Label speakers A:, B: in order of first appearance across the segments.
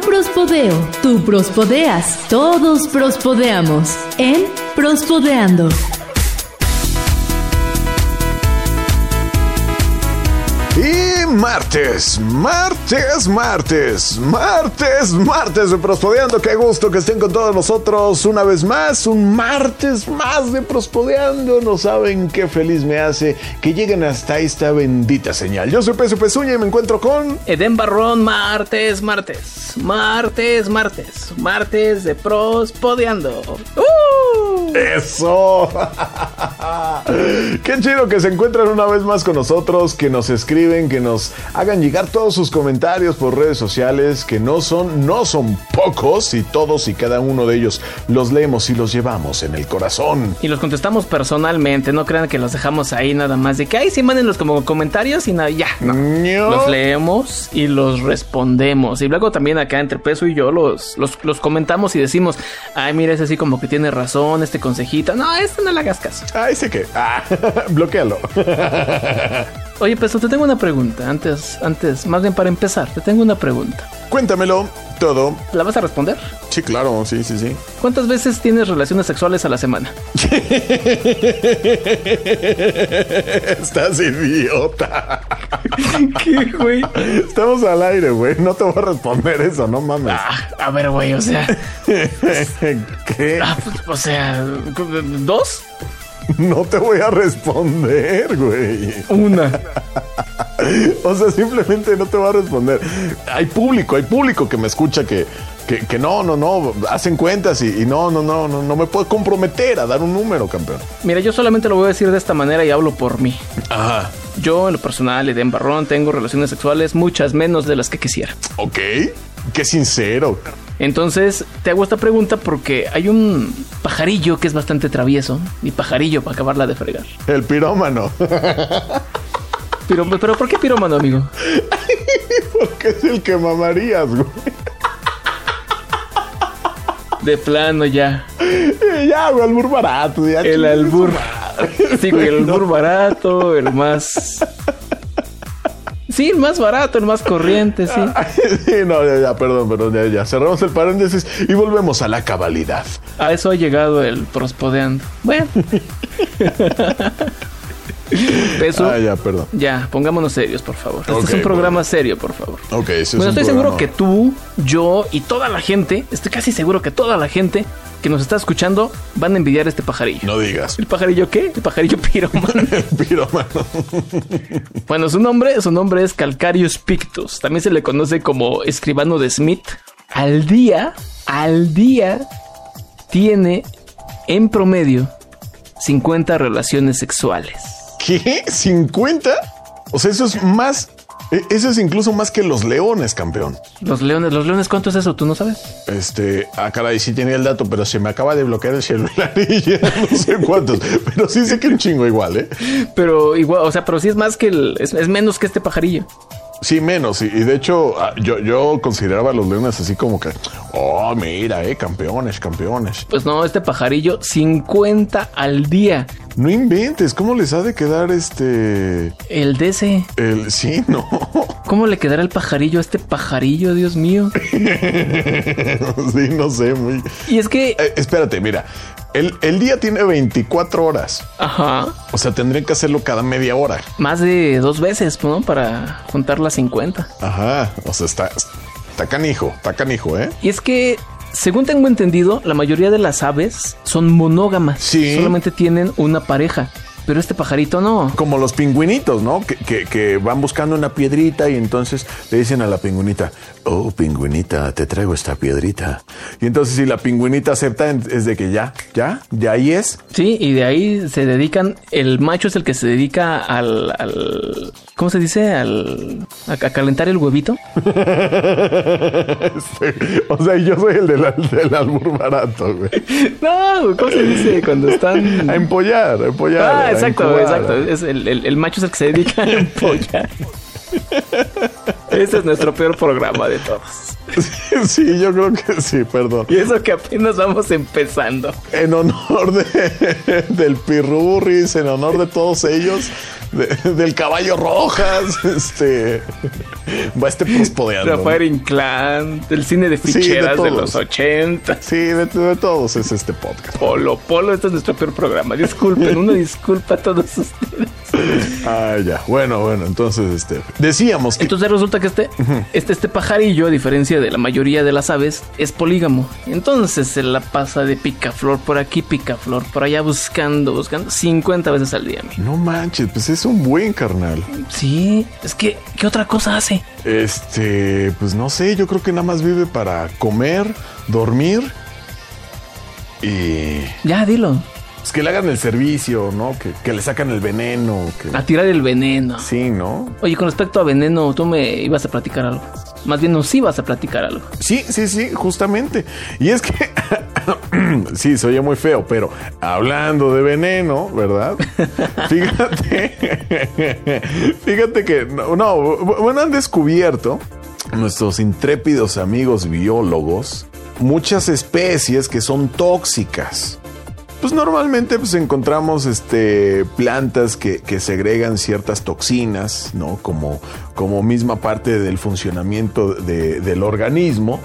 A: prospodeo, tú prospodeas, todos prospodeamos en Prospodeando.
B: Y martes, martes, martes, martes, martes de Prospodeando. Qué gusto que estén con todos nosotros una vez más. Un martes más de Prospodeando. No saben qué feliz me hace que lleguen hasta esta bendita señal. Yo soy Peso Pezuña y me encuentro con.
C: Eden Barrón, martes, martes, martes, martes, martes de Prospodeando. ¡Uh!
B: ¡Eso! Qué chido que se encuentran una vez más con nosotros, que nos escriben, que nos hagan llegar todos sus comentarios por redes sociales, que no son, no son pocos, y todos y cada uno de ellos los leemos y los llevamos en el corazón.
C: Y los contestamos personalmente, no crean que los dejamos ahí nada más de que ahí sí mándenlos como comentarios y nada, ya. No.
B: No.
C: Los leemos y los respondemos. Y luego también acá entre Peso y yo los, los, los comentamos y decimos, ay, mira, es así como que tiene razón, este consejito. No, este no le hagas caso.
B: Ahí sé que. Ah, bloquealo.
C: Oye, Peso, te tengo una pregunta. Antes, antes, más bien para empezar, te tengo una pregunta.
B: Cuéntamelo todo.
C: ¿La vas a responder?
B: Sí, claro, sí, sí, sí.
C: ¿Cuántas veces tienes relaciones sexuales a la semana?
B: Estás idiota.
C: ¿Qué, güey?
B: Estamos al aire, güey. No te voy a responder eso, no mames.
C: Ah, A ver, güey, o sea,
B: ¿Qué?
C: ah, pues, o sea, ¿dos?
B: No te voy a responder, güey.
C: Una.
B: O sea, simplemente no te va a responder. Hay público, hay público que me escucha que, que, que no, no, no, hacen cuentas y, y no, no, no, no, no me puedo comprometer a dar un número, campeón.
C: Mira, yo solamente lo voy a decir de esta manera y hablo por mí.
B: Ajá.
C: Yo, en lo personal, Eden Barrón, tengo relaciones sexuales muchas menos de las que quisiera.
B: Ok. Qué sincero.
C: Entonces, te hago esta pregunta porque hay un pajarillo que es bastante travieso. Y pajarillo para acabarla de fregar.
B: El pirómano.
C: Pero, pero ¿por qué piromano, amigo?
B: Porque es el que mamarías, güey.
C: De plano ya.
B: Y ya, güey, albur barato. ya,
C: El
B: chingue
C: albur.
B: su madre.
C: Sí, güey, el albur barato, el más. Sí, el más barato, el más corriente, sí.
B: Sí, no, ya, ya, perdón, perdón, ya, ya. Cerramos el paréntesis y volvemos a la cabalidad.
C: A eso ha llegado el prospodeando. Bueno. Peso.
B: Ah, ya, perdón.
C: Ya, pongámonos serios, por favor. Este
B: Ok,
C: es un programa
B: bueno.
C: serio, por favor.
B: Ok, sí,
C: bueno,
B: es un
C: estoy seguro
B: programa.
C: que tú, yo y toda la gente, estoy casi seguro que toda la gente que nos está escuchando van a envidiar este pajarillo.
B: No digas.
C: ¿El pajarillo qué? El pajarillo piromano.
B: El pirómano.
C: bueno, su nombre, su nombre es Calcarius Pictus. También se le conoce como escribano de Smith. Al día, al día, tiene en promedio 50 relaciones sexuales.
B: ¿Qué? ¿50? O sea, eso es más. e- Eso es incluso más que los leones, campeón.
C: Los leones, los leones, ¿cuánto es eso? ¿Tú no sabes?
B: Este, ah, caray, sí tenía el dato, pero se me acaba de bloquear el celular y ya no sé cuántos. Pero sí sé que un chingo igual, ¿eh?
C: Pero igual, o sea, pero sí es más que el. Es, es menos que este pajarillo.
B: Sí, menos. Y, y de hecho, ah, yo, yo consideraba a los leones así como que, oh, mira, eh, campeones, campeones.
C: Pues no, este pajarillo, 50 al día.
B: No inventes, ¿cómo les ha de quedar este.
C: El DC.
B: El. Sí, no.
C: ¿Cómo le quedará el pajarillo a este pajarillo, Dios mío?
B: sí, no sé, muy.
C: Y es que.
B: Eh, espérate, mira. El, el día tiene 24 horas.
C: Ajá.
B: O sea, tendrían que hacerlo cada media hora.
C: Más de dos veces, ¿no? Para juntar las 50.
B: Ajá. O sea, está. Está canijo, está canijo, ¿eh?
C: Y es que, según tengo entendido, la mayoría de las aves son monógamas.
B: Sí.
C: Solamente tienen una pareja. Pero este pajarito no.
B: Como los pingüinitos, ¿no? Que, que- que van buscando una piedrita y entonces le dicen a la pingüinita, oh, pingüinita, te traigo esta piedrita. Y entonces si la pingüinita acepta, en- es de que ya, ya, ya ahí es.
C: Sí, y de ahí se dedican. El macho es el que se dedica al. al- ¿Cómo se dice? Al. A, a calentar el huevito.
B: Este, o sea, yo soy el del, al- del albur barato, güey.
C: No, ¿cómo se dice? Cuando están.
B: A empollar, a empollar.
C: Ah,
B: a
C: exacto,
B: incubar.
C: exacto. Es el, el- el macho es el que se dedica a empollar. Este es nuestro peor programa de todos.
B: Sí, yo creo que sí, perdón.
C: Y eso que apenas vamos empezando.
B: En honor de, del Pirurris, en honor de todos ellos, de- del caballo rojas, este, va este prospodeando. ¿no?
C: Rafael Inclán, del cine
B: de
C: de ficheras de,
B: todos.
C: los 80.
B: Sí, de, de todos es este podcast.
C: Polo, Polo, este es nuestro peor programa. Disculpen, una disculpa a todos ustedes.
B: Ah, ya. Bueno, bueno, entonces, este, decíamos que
C: Entonces resulta que este, este, este pajarillo, a diferencia de la mayoría de las aves, es polígamo. Entonces se la pasa de picaflor por aquí, picaflor por allá, buscando, buscando 50 veces al día. mi.
B: no manches, pues es un buen carnal.
C: Sí, es que, ¿qué otra cosa hace?
B: Este, pues no sé, yo creo que nada más vive para comer, dormir y
C: Ya, dilo.
B: pues, que le hagan el servicio, ¿no? Que, que le sacan el veneno, que
C: A tirar el veneno.
B: sí, ¿no?
C: Oye, con respecto a veneno, tú me ibas a platicar algo. Más bien nos ibas a platicar algo.
B: Sí, sí, sí, justamente. Y es que sí, se oye muy feo, pero hablando de veneno, ¿verdad? Fíjate, fíjate que no, no, bueno, han descubierto nuestros intrépidos amigos biólogos muchas especies que son tóxicas. Pues normalmente pues encontramos este, plantas que, que segregan ciertas toxinas, ¿no? Como, como misma parte del funcionamiento de- del organismo.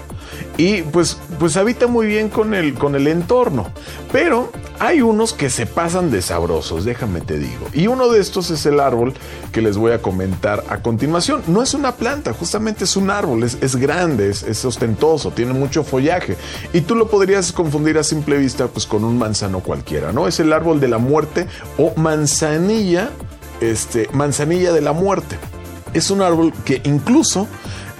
B: Y pues, pues habita muy bien con el, con el entorno. Pero hay unos que se pasan de sabrosos, déjame te digo. Y uno de estos es el árbol que les voy a comentar a continuación. No es una planta, justamente es un árbol, es, es grande, es, es ostentoso, tiene mucho follaje. Y tú lo podrías confundir a simple vista pues, con un manzano cualquiera, ¿no? Es el árbol de la muerte o manzanilla, este, manzanilla de la muerte. Es un árbol que incluso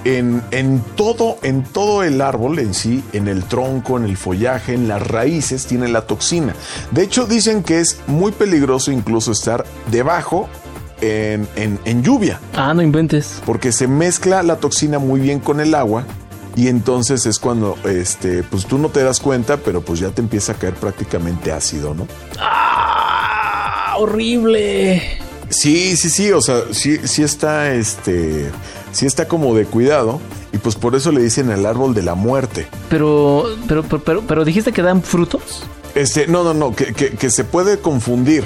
B: en, en todo, en todo el árbol en sí, en el tronco, en el follaje, en las raíces, tiene la toxina. De hecho, dicen que es muy peligroso incluso estar debajo en, en- en lluvia,
C: Ah, no inventes.
B: porque se mezcla la toxina muy bien con el agua. Y entonces es cuando, este, pues tú no te das cuenta, pero pues ya te empieza a caer prácticamente ácido, ¿no?
C: ¡Ah! ¡Horrible!
B: Sí, sí, sí, o sea, sí, sí está, este, sí está como de cuidado y pues por eso le dicen el árbol de la muerte.
C: Pero, pero, pero, pero, pero dijiste que dan frutos.
B: Este, no, no, no, que, que- que se puede confundir,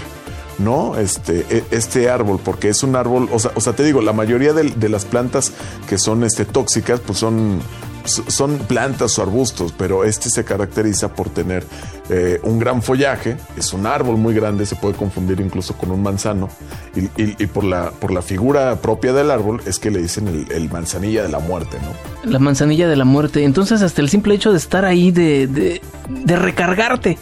B: ¿no? Este, e- este árbol, porque es un árbol, o sea, o sea, te digo, la mayoría del- de, las plantas que son este, tóxicas, pues son, so- son plantas o arbustos, pero este se caracteriza por tener eh, un gran follaje, es un árbol muy grande, se puede confundir incluso con un manzano, y, y- y por, la, por la figura propia del árbol es que le dicen el, el manzanilla de la muerte, ¿no?
C: La manzanilla de la muerte. Entonces, hasta el simple hecho de estar ahí, de, de, de recargarte.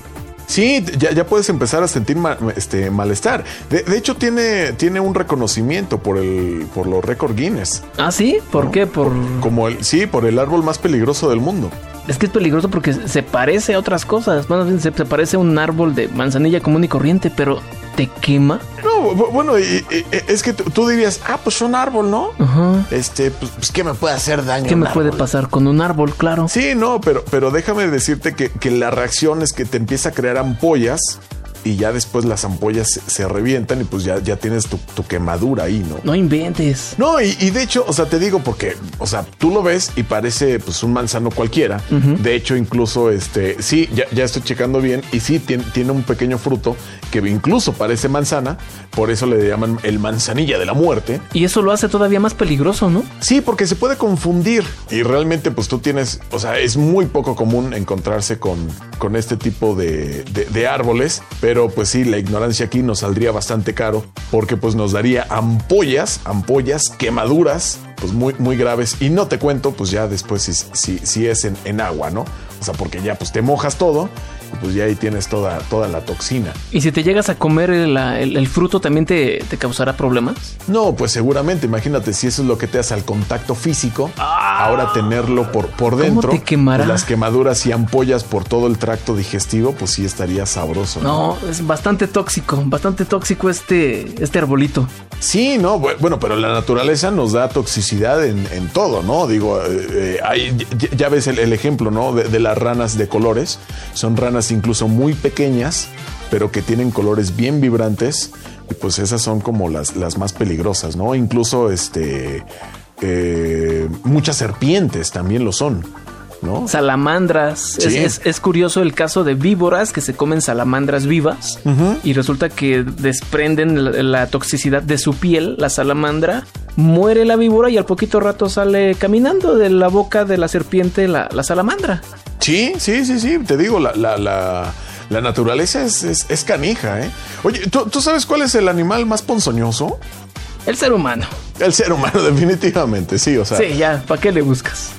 B: Sí, ya, ya puedes empezar a sentir ma- este, malestar. De, de hecho, tiene, tiene un reconocimiento por el por los récord Guinness.
C: ¿Ah, sí? ¿Por qué? Por...
B: Como el, sí, por el árbol más peligroso del mundo.
C: Es que es peligroso porque se parece a otras cosas. Más bien, se, se parece a un árbol de manzanilla común y corriente, pero te quema.
B: No, bu- bueno, y- y- e, es que tú- tú dirías, ah, pues un árbol, ¿no?
C: Ajá.
B: Este, pues, pues, ¿qué me puede hacer daño?
C: ¿Qué
B: un
C: me puede
B: árbol?
C: pasar con un árbol? Claro.
B: Sí, no, pero, pero déjame decirte que, que la reacción es que te empieza a crear ampollas y ya después las ampollas se, se revientan y pues ya, ya tienes tu, tu quemadura ahí, ¿no?
C: No inventes.
B: No, y, y de hecho, o sea, te digo porque, o sea, tú lo ves y parece pues un manzano cualquiera. De hecho, incluso este, sí, ya, ya estoy checando bien y sí, tiene, tiene un pequeño fruto que incluso parece manzana. Por eso le llaman el manzanilla de la muerte.
C: Y eso lo hace todavía más peligroso, ¿no?
B: Sí, porque se puede confundir y realmente pues tú tienes, o sea, es muy poco común encontrarse con, con este tipo de, de- de árboles, pero pues sí, la ignorancia aquí nos saldría bastante caro porque pues nos daría ampollas, ampollas, quemaduras, pues muy, muy graves y no te cuento pues ya después si, si, si es en, en agua, ¿no? O sea, porque ya pues te mojas todo y pues ya ahí tienes toda, toda la toxina.
C: Y si te llegas a comer el, la- el- el fruto, ¿también te, te causará problemas?
B: No, pues seguramente, imagínate si eso es lo que te hace al contacto físico, ahora tenerlo por, por dentro,
C: te quemará?
B: pues las quemaduras y ampollas por todo el tracto digestivo, pues sí estaría sabroso.
C: No, es bastante tóxico, bastante tóxico este, este arbolito.
B: Sí, no, bu- bueno, pero la naturaleza nos da toxicidad en, en todo, ¿no? Digo, eh, eh, hay- ya- ya ves el, el ejemplo, ¿no? De, de las ranas de colores. Son ranas incluso muy pequeñas, pero que tienen colores bien vibrantes. Y pues esas son como las, las más peligrosas, ¿no? Incluso este. eh, muchas serpientes también lo son. ¿no?
C: salamandras. Es-
B: Sí.
C: Es, es curioso el caso de víboras que se comen salamandras vivas y resulta que desprenden la, la toxicidad de su piel, la salamandra. Muere la víbora y al poquito rato sale caminando de la boca de la serpiente la, la salamandra.
B: Sí, sí, sí, sí. Te digo, la, la, la, la naturaleza es, es, es canija, ¿eh? Oye, ¿tú, tú sabes cuál es el animal más ponzoñoso?
C: El ser humano.
B: El ser humano, definitivamente, sí, o sea.
C: Sí, ya, ¿para qué le buscas?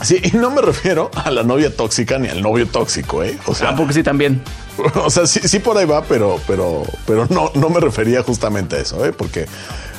B: Sí, y no me refiero a la novia tóxica ni al novio tóxico, ¿eh? O sea,
C: Ah, porque sí también.
B: o sea sí, sí por ahí va, pero, pero, pero no, no me refería justamente a eso, ¿eh? Porque,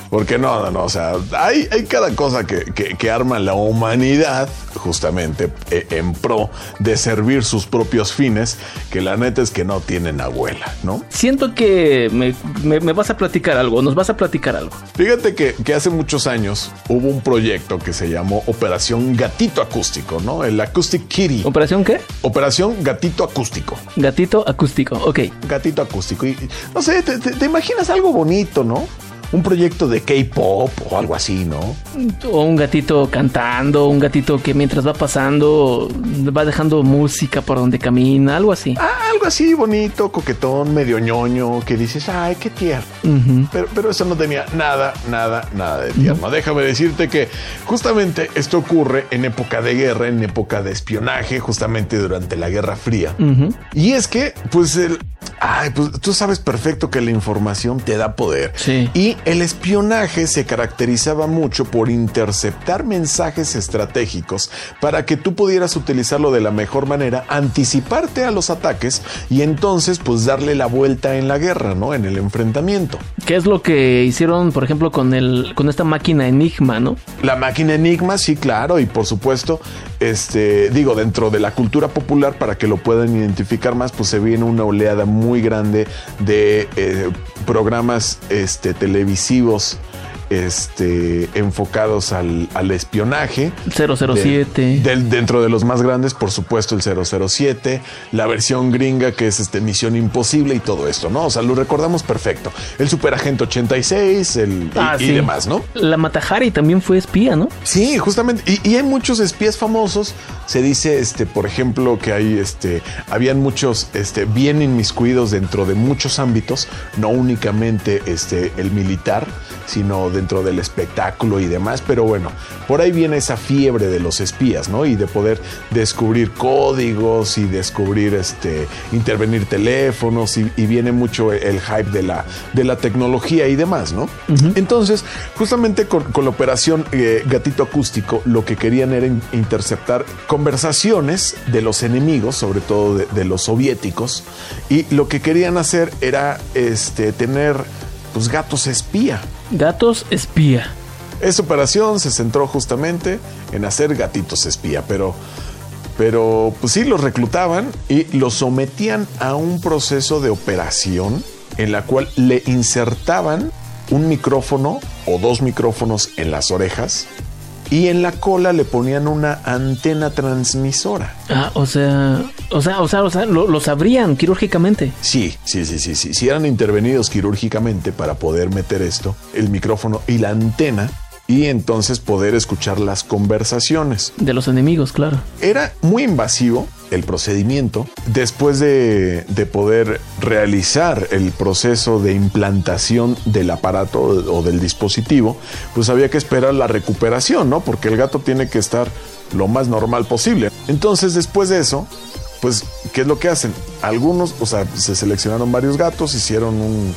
B: porque no, no, no, o sea, hay, hay cada cosa que, que- que arma la humanidad justamente eh, en pro de servir sus propios fines, que la neta es que no tienen abuela, ¿no?
C: Siento que me, me- me vas a platicar algo, nos vas a platicar algo.
B: Fíjate que, que hace muchos años hubo un proyecto que se llamó Operación Gatito Acústico, ¿no? El Acoustic Kitty.
C: ¿Operación qué?
B: Operación Gatito Acústico.
C: Gatito acústico. Ok.
B: gatito acústico. Y y, no sé, te, te- te imaginas algo bonito, ¿no? Un proyecto de K-pop o algo así, ¿no?
C: O un gatito cantando, un gatito que mientras va pasando va dejando música por donde camina, algo así.
B: Ah, algo así bonito, coquetón, medio ñoño, que dices, ay, qué tierno. pero, pero eso no tenía nada, nada, nada de tierno. Déjame decirte que justamente esto ocurre en época de guerra, en época de espionaje, justamente durante la Guerra Fría. Y es que, pues, el, ay, pues, tú sabes perfecto que la información te da poder.
C: Sí.
B: Y el espionaje se caracterizaba mucho por interceptar mensajes estratégicos para que tú pudieras utilizarlo de la mejor manera, anticiparte a los ataques y entonces pues darle la vuelta en la guerra, ¿no? En el enfrentamiento.
C: ¿Qué es lo que hicieron, por ejemplo, con el con esta máquina Enigma, no?
B: La máquina Enigma, sí, claro, y por supuesto, este, digo, dentro de la cultura popular, para que lo puedan identificar más, pues se viene una oleada muy grande de eh, programas este, televisivos este, enfocados al, al espionaje. De-
C: 007.
B: del- dentro de los más grandes, por supuesto, el 007, la versión gringa que es este Misión Imposible y todo esto, ¿no? O sea, lo recordamos perfecto. El Superagente 86, el, y-
C: Ah,
B: y
C: sí.
B: demás, ¿no?
C: La Matajari también fue espía, ¿no?
B: Sí, justamente. Y, y hay muchos espías famosos. Se dice, este, por ejemplo, que hay, este, habían muchos, este, bien inmiscuidos dentro de muchos ámbitos, no únicamente, este, el militar, sino dentro del espectáculo y demás. Pero bueno, por ahí viene esa fiebre de los espías, ¿no? Y de poder descubrir códigos y descubrir, este, intervenir teléfonos y, y viene mucho el- el hype de la, de la tecnología y demás, ¿no? Entonces, justamente con, con la operación eh, Gatito Acústico, lo que querían era in- interceptar conversaciones de los enemigos, sobre todo de, de los soviéticos, y lo que querían hacer era este, tener pues, gatos espía.
C: Gatos espía.
B: Esa operación se centró justamente en hacer gatitos espía, pero, pero pues sí, los reclutaban y los sometían a un proceso de operación en la cual le insertaban un micrófono o dos micrófonos en las orejas y en la cola le ponían una antena transmisora.
C: Ah, o sea, o sea, o sea, o sea, lo, lo sabrían quirúrgicamente.
B: Sí, sí, sí, sí, sí. Si eran intervenidos quirúrgicamente para poder meter esto, el micrófono y la antena, y entonces poder escuchar las conversaciones.
C: De los enemigos, claro.
B: Era muy invasivo el procedimiento. Después de, de poder realizar el proceso de implantación del aparato o del dispositivo, pues había que esperar la recuperación, ¿no? Porque el gato tiene que estar lo más normal posible. Entonces, después de eso, pues, ¿qué es lo que hacen? Algunos, o sea, se seleccionaron varios gatos, hicieron un,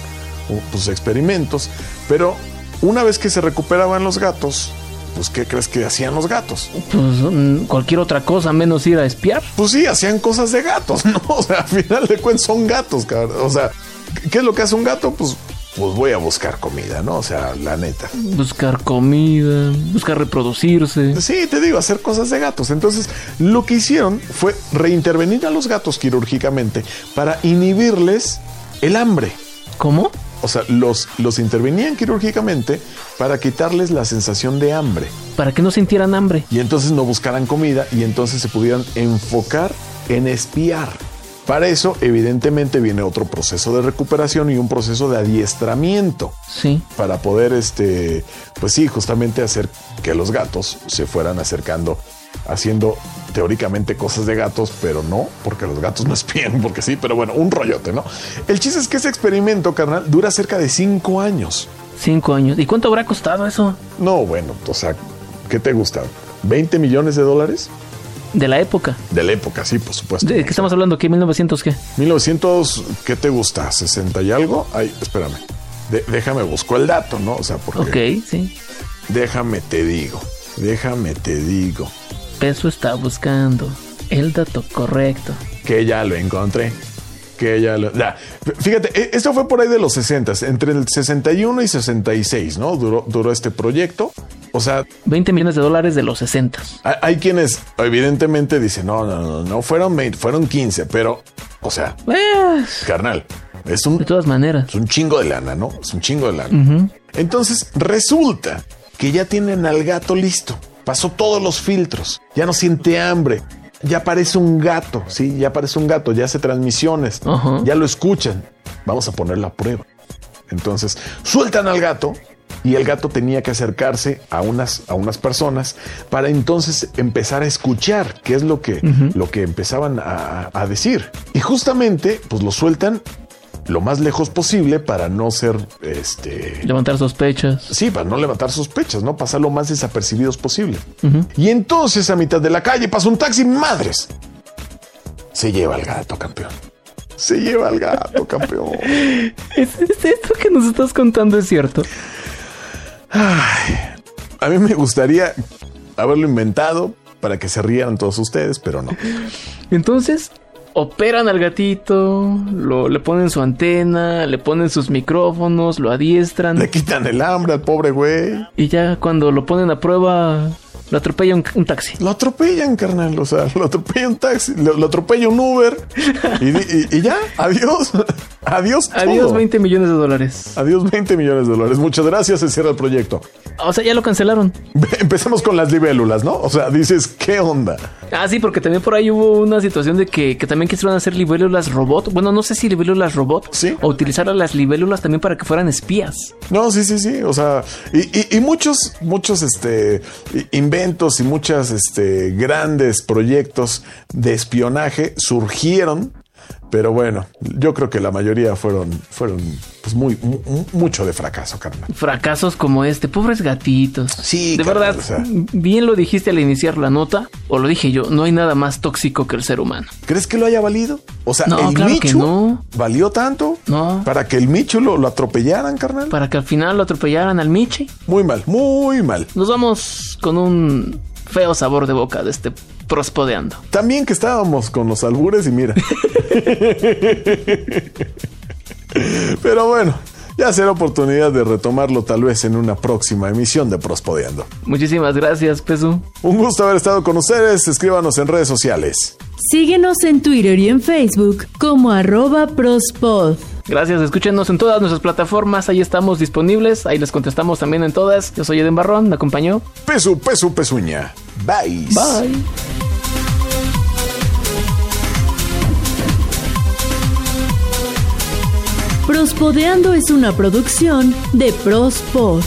B: un- pues, experimentos, pero una vez que se recuperaban los gatos, pues, ¿qué crees que hacían los gatos?
C: Pues mm, cualquier otra cosa menos ir a espiar.
B: pues sí, hacían cosas de gatos, ¿no? O sea, al final de cuentas son gatos, cabrón. O sea, ¿qué es lo que hace un gato? Pues, pues voy a buscar comida, ¿no? O sea, la neta.
C: Buscar comida, buscar reproducirse.
B: Sí, te digo, hacer cosas de gatos. Entonces, lo que hicieron fue reintervenir a los gatos quirúrgicamente para inhibirles el hambre.
C: ¿Cómo?
B: O sea, los, los intervenían quirúrgicamente para quitarles la sensación de hambre.
C: Para que no sintieran hambre.
B: y entonces no buscaran comida y entonces se pudieran enfocar en espiar. Para eso, evidentemente, viene otro proceso de recuperación y un proceso de adiestramiento
C: Sí.
B: para poder, este, pues sí, justamente hacer que los gatos se fueran acercando, haciendo teóricamente cosas de gatos, pero no, porque los gatos no espían, porque sí, pero bueno, un rollote, ¿no? El chiste es que ese experimento, carnal, dura cerca de cinco años.
C: Cinco años. ¿Y cuánto habrá costado eso?
B: No, bueno, o sea, ¿qué te gusta? ¿20 millones de dólares?
C: De la época.
B: De la época, sí, por supuesto.
C: ¿De qué estamos hablando aquí? ¿1900 qué?
B: 1900, ¿qué te gusta? ¿60 y algo? Ay, espérame. De- déjame busco el dato, ¿no? O sea, porque...
C: Ok, sí.
B: Déjame te digo, déjame te digo,
C: Peso está buscando el dato correcto.
B: que ya lo encontré. Que ya lo... ya. Fíjate, e- esto fue por ahí de los 60, entre el 61 y 66, ¿no? Duró, duró este proyecto. O sea,
C: 20 millones de dólares de los 60.
B: Hay, hay quienes evidentemente dicen, no, no, no, no, fueron 20, fueron 15, pero, o sea,
C: Pues,
B: carnal, es un,
C: de todas maneras.
B: es un chingo de lana, ¿no? Es un chingo de lana. Entonces, resulta que ya tienen al gato listo, pasó todos los filtros, ya no siente hambre, ya parece un gato, ¿sí? Ya parece un gato, ya hace transmisiones,
C: Ajá.
B: ya lo escuchan. Vamos a poner la prueba. Entonces, sueltan al gato y el gato tenía que acercarse a unas, a unas personas para entonces empezar a escuchar qué es lo que, lo que empezaban a, a decir. Y justamente, pues lo sueltan lo más lejos posible para no ser este.
C: Levantar sospechas.
B: Sí, para no levantar sospechas, ¿no? Pasar lo más desapercibidos posible. Y entonces a mitad de la calle pasa un taxi, madres. Se lleva al gato, campeón. Se lleva al gato, campeón.
C: ¿Es, es esto que nos estás contando es cierto?
B: A mí me gustaría haberlo inventado para que se rieran todos ustedes, pero no.
C: Entonces, operan al gatito, lo, le ponen su antena, le ponen sus micrófonos, lo adiestran.
B: Le quitan el hambre al pobre güey.
C: Y ya cuando lo ponen a prueba, lo atropella un, un taxi.
B: Lo atropellan, carnal. O sea, lo atropella un taxi, lo, lo atropella un Uber. Y, di- y- y ya, adiós. Adiós todo.
C: Adiós 20 millones de dólares.
B: Adiós 20 millones de dólares. Muchas gracias. Se cierra el proyecto.
C: O sea, ya lo cancelaron.
B: Empezamos con las libélulas, ¿no? O sea, dices, ¿qué onda?
C: Ah, sí, porque también por ahí hubo una situación de que, que también quisieron hacer libélulas robot. Bueno, no sé si libélulas robot
B: Sí.
C: o utilizar a las libélulas también para que fueran espías.
B: No, sí, sí, sí. O sea, y, y- y muchos, muchos este, i- inventos y muchos este, grandes proyectos de espionaje surgieron. Pero bueno, yo creo que la mayoría fueron, fueron pues muy, mu- mu- mucho de fracaso, carnal.
C: Fracasos como este, pobres gatitos.
B: Sí,
C: de
B: carnal,
C: verdad,
B: o sea.
C: bien lo dijiste al iniciar la nota, o lo dije yo, no hay nada más tóxico que el ser humano.
B: ¿Crees que lo haya valido? O sea,
C: No,
B: el
C: claro que
B: Michu
C: no.
B: valió tanto
C: No.
B: para que el Michu lo, lo atropellaran, carnal.
C: Para que al final lo atropellaran al Michi.
B: Muy mal, muy mal.
C: Nos vamos con un feo sabor de boca de este prospodeando.
B: También que estábamos con los albures y mira. Pero bueno, ya será oportunidad de retomarlo tal vez en una próxima emisión de Prospodeando.
C: Muchísimas gracias, Pesu.
B: Un gusto haber estado con ustedes. Escríbanos en redes sociales.
A: Síguenos en Twitter y en Facebook como arroba prospod.
C: Gracias, escúchenos en todas nuestras plataformas, ahí estamos disponibles, ahí les contestamos también en todas. Yo soy Eden Barrón, me acompañó.
B: Pesu, pesu, pesuña. Bye.
C: Bye.
A: Prospodeando es una producción de Prospod.